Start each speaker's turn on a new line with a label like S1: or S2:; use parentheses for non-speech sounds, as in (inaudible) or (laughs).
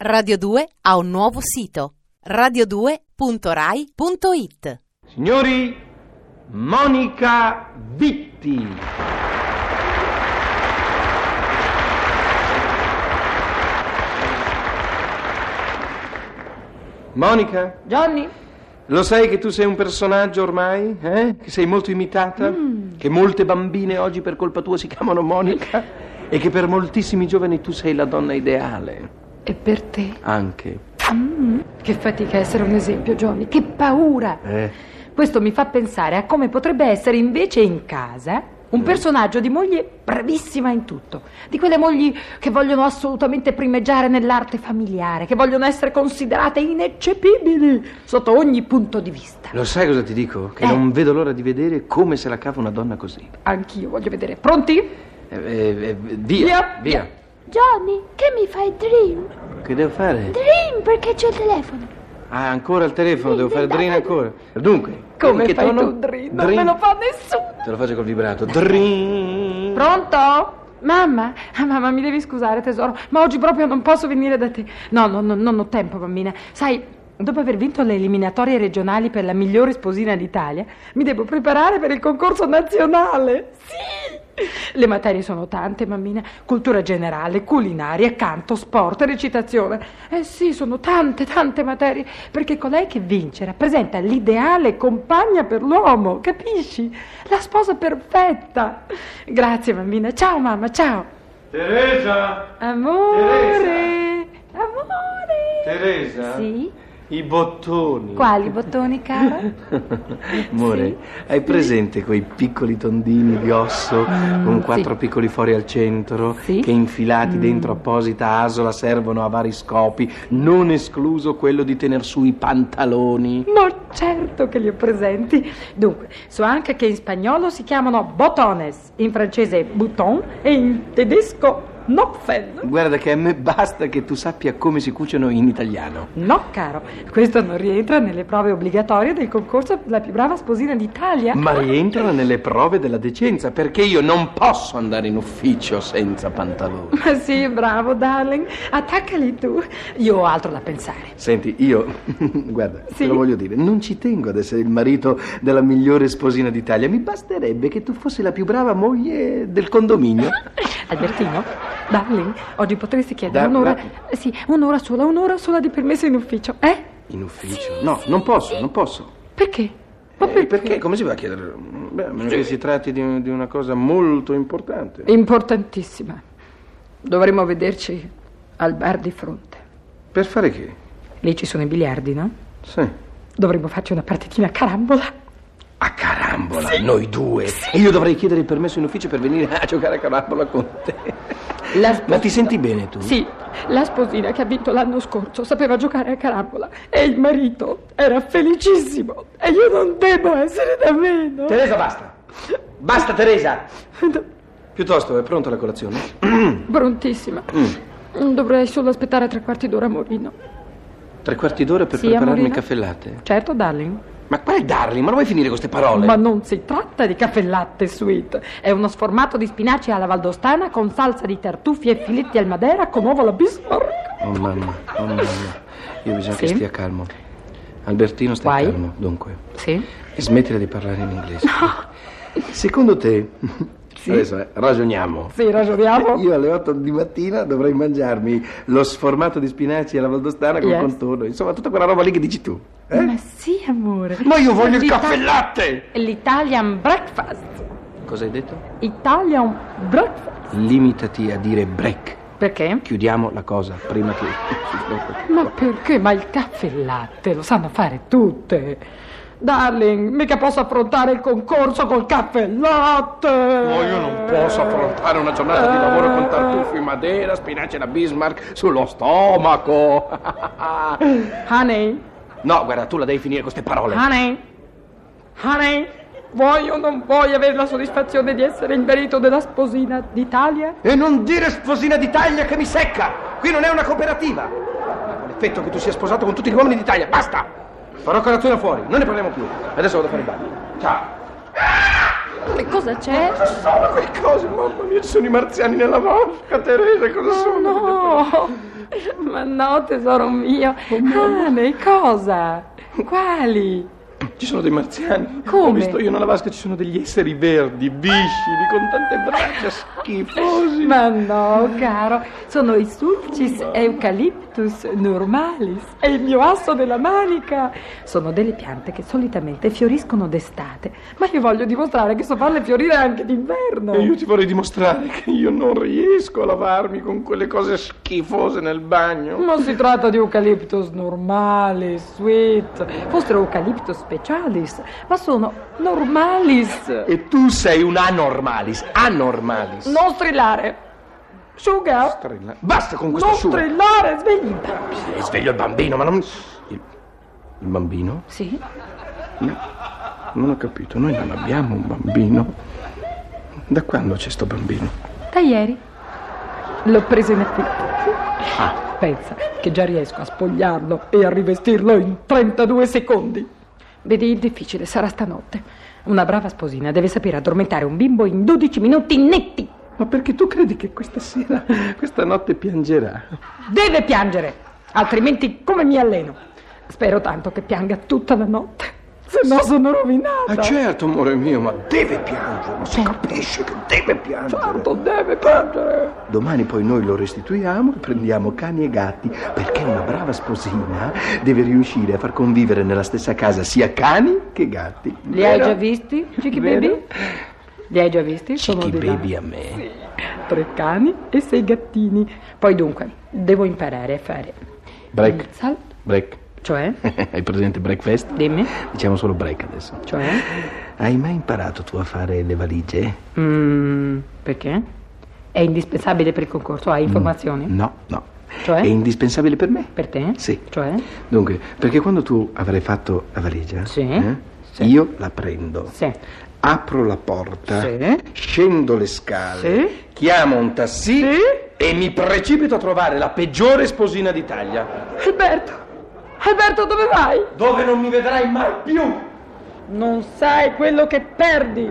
S1: Radio 2 ha un nuovo sito radio2.rai.it.
S2: Signori, Monica Vitti. Monica,
S3: Johnny?
S2: lo sai che tu sei un personaggio ormai? Eh? Che sei molto imitata?
S3: Mm.
S2: Che molte bambine oggi per colpa tua si chiamano Monica? E che per moltissimi giovani tu sei la donna ideale,
S3: E per te?
S2: anche.
S3: Mm, che fatica essere un esempio, Johnny. Che paura!
S2: Eh.
S3: Questo mi fa pensare a come potrebbe essere invece in casa un personaggio di moglie bravissima in tutto. Di quelle mogli che vogliono assolutamente primeggiare nell'arte familiare, che vogliono essere considerate ineccepibili sotto ogni punto di vista.
S2: Lo sai cosa ti dico? Che
S3: Eh.
S2: non vedo l'ora di vedere come se la cava una donna così.
S3: Anch'io voglio vedere. Pronti?
S2: Eh, eh, eh, via,
S3: Via,
S2: via.
S4: Johnny, che mi fai dream?
S2: Che devo fare?
S4: Dream perché c'è il telefono.
S2: Ah, ancora il telefono,
S4: Sì,
S2: devo fare
S4: dai.
S2: drin ancora. Dunque,
S3: Come
S2: che
S3: fai
S2: tono?
S3: tu, Drin? Non
S2: Drin.
S3: me lo fa nessuno.
S2: Te lo faccio col vibrato. Drin.
S3: Pronto? Mamma, ah, mamma, mi devi scusare, tesoro, ma oggi proprio non posso venire da te. No, no, no, non ho tempo, bambina. Sai, dopo aver vinto le eliminatorie regionali per la migliore sposina d'Italia, mi devo preparare per il concorso nazionale. Sì! Le materie sono tante, mammina. Cultura generale, culinaria, canto, sport, recitazione. Eh sì, sono tante, tante materie, perché colei che vince rappresenta l'ideale compagna per l'uomo, capisci? La sposa perfetta. Grazie, bambina. Ciao, mamma, ciao.
S2: Teresa!
S3: Amore! Amore!
S2: Teresa?
S3: Sì?
S2: I bottoni.
S3: Quali bottoni, caro?
S2: Amore, hai presente quei piccoli tondini di osso con
S3: Mm, sì.
S2: quattro piccoli fori al centro
S3: Sì. Mm.
S2: che infilati dentro apposita asola servono a vari scopi, non escluso quello di tener su i pantaloni?
S3: Ma certo che li ho presenti. Dunque, so anche che in spagnolo si chiamano botones, in francese bouton e in tedesco knopfen.
S2: Guarda che a me basta che tu sappia come si cuciono in italiano.
S3: No, caro, questo non rientra nelle prove obbligatorie del concorso per la più brava sposina d'Italia.
S2: Ma rientrano nelle prove della decenza, perché io non posso andare in ufficio senza pantaloni.
S3: (laughs) Ma sì, bravo, darling. Attaccali tu. Io ho altro da pensare.
S2: Senti, io, (laughs) guarda, te
S3: Sì?
S2: lo voglio dire, non ci tengo ad essere il marito della migliore sposina d'Italia. Mi basterebbe che tu fossi la più brava moglie del condominio.
S3: Albertino, darling, oggi potresti chiedere
S2: Da-
S3: un'ora.
S2: da-
S3: Sì, un'ora sola, un'ora sola di permesso in ufficio, eh?
S2: In ufficio? No, non posso, non posso.
S3: Perché? Ma
S2: Eh,
S3: perché?
S2: Come si va a chiedere? Beh, a meno che si tratti di, di una cosa molto importante.
S3: Importantissima. Dovremmo vederci al bar di fronte.
S2: Per fare che?
S3: Lì ci sono i biliardi, no?
S2: Sì.
S3: Dovremmo farci una partitina a carambola.
S2: A carambola, noi due. E io dovrei chiedere il permesso in ufficio per venire a giocare a carambola con te.
S3: La sposina-
S2: Ma ti senti bene tu?
S3: Sì, la sposina che ha vinto l'anno scorso sapeva giocare a carambola e il marito era felicissimo e io non devo essere da meno.
S2: Teresa, basta. Basta, Teresa. Piuttosto, è pronta la colazione?
S3: Prontissima. Dovrei solo aspettare tre quarti d'ora, Morino.
S2: Tre quarti d'ora per
S3: Sì,
S2: prepararmi il
S3: amorino.
S2: caffè latte.
S3: Certo, darling.
S2: Ma quale darli? Ma non vuoi finire queste parole?
S3: Ma non si tratta di caffè latte sweet. È uno sformato di spinaci alla valdostana con salsa di tartufi e filetti al madera con uovo alla bismarck.
S2: Oh mamma, oh mamma. Io bisogna che
S3: Sì?
S2: stia calmo. Albertino, sta
S3: Vai.
S2: calmo, dunque.
S3: Sì?
S2: E smettila di parlare in
S3: (laughs)
S2: inglese. Secondo te... Adesso eh, ragioniamo.
S3: Sì, ragioniamo.
S2: (laughs) Io alle 8 di mattina dovrei mangiarmi lo sformato di spinaci alla valdostana con
S3: Yes. Eh.
S2: contorno, insomma tutta quella roba lì che dici tu.
S3: Ma sì, amore.
S2: Ma io voglio il
S3: L'Ita-
S2: caffè latte!
S3: L'Italian breakfast.
S2: Cosa hai detto?
S3: Italian breakfast.
S2: Limitati a dire break.
S3: Perché?
S2: Chiudiamo la cosa prima che...
S3: Ma perché? Ma il caffè latte lo sanno fare tutte. Darling, mica posso affrontare il concorso col caffè latte.
S2: No, (laughs) io non posso affrontare una giornata di lavoro con tartufo in madera, spinaci alla Bismarck sullo stomaco. (laughs)
S3: Honey,
S2: No, guarda, tu la devi finire con queste parole.
S3: honey, honey, vuoi o non vuoi avere la soddisfazione di essere il marito della sposina d'Italia?
S2: E non dire sposina d'Italia che mi secca! Qui non è una cooperativa! Ma l'effetto che tu sia sposato con tutti gli uomini d'Italia, basta! Farò colazione fuori, non ne parliamo più. Adesso vado a fare il bagno. Ciao!
S3: Che cosa c'è?
S2: Sono quelle cose, mamma mia, ci sono i marziani nella vasca, Teresa, cosa sono?
S3: No, (laughs) Ma no, tesoro mio. ah, nei cosa? Quali?
S2: Ci sono dei marziani.
S3: Come?
S2: Ho visto io nella vasca ci sono degli esseri verdi, viscidi, con tante braccia, schifosi.
S3: Ma no, caro, sono i sulcis eucaliptus normalis e il mio asso della manica. Sono delle piante che solitamente fioriscono d'estate, ma io voglio dimostrare che so farle fiorire anche d'inverno.
S2: E io ti vorrei dimostrare che io non riesco a lavarmi con quelle cose schifose nel bagno.
S3: Non si tratta di eucaliptus normali, sweet, fossero eucaliptus specialis, ma sono normalis.
S2: E tu sei un anormalis, anormalis.
S3: Non strillare. Sugar,
S2: Strilla- Basta con questo
S3: non
S2: suo.
S3: strillare, sveglita.
S2: Eh, Sveglio il bambino, ma non... Il, il bambino?
S3: Sì?
S2: Non ho capito, noi non abbiamo un bambino. Da quando c'è sto bambino?
S3: Da ieri. L'ho preso in affitto. Pensa che già riesco a spogliarlo e a rivestirlo in 32 secondi. Vedi, difficile sarà stanotte. Una brava sposina deve sapere addormentare un bimbo in 12 minuti netti.
S2: Ma perché tu credi che questa sera, questa notte piangerà?
S3: Deve piangere, altrimenti come mi alleno? Spero tanto che pianga tutta la notte, se no sono rovinata.
S2: Ah certo, amore mio, ma deve piangere, ma si capisce che deve piangere.
S3: Certo, deve piangere.
S2: Domani poi noi lo restituiamo e prendiamo cani e gatti, perché una brava sposina deve riuscire a far convivere nella stessa casa sia cani che gatti.
S3: Li hai già visti, Chicky
S2: Vero?
S3: Baby? Li hai già visti? Sono
S2: Chicky
S3: di là.
S2: baby a me.
S3: Tre cani e sei gattini. Poi dunque, devo imparare a fare...
S2: Break.
S3: Sal-
S2: Break. (laughs)
S3: cioè?
S2: Hai presente breakfast?
S3: Dimmi.
S2: Diciamo solo break adesso.
S3: Cioè?
S2: Hai mai imparato tu a fare le valigie?
S3: Mm, perché? È indispensabile per il concorso, hai informazioni?
S2: Mm. No, no.
S3: Cioè?
S2: È indispensabile per me.
S3: Per te?
S2: Sì.
S3: Cioè?
S2: Dunque, perché quando tu avrai fatto la valigia, eh,
S3: Sì. Sì.
S2: io la prendo,
S3: Sì.
S2: apro la porta,
S3: Sì.
S2: scendo le scale,
S3: Sì.
S2: chiamo un tassì
S3: Sì.
S2: e mi precipito a trovare la peggiore sposina d'Italia,
S3: Alberto! Alberto, dove vai?
S2: dove non mi vedrai mai più.
S3: Non sai quello che perdi.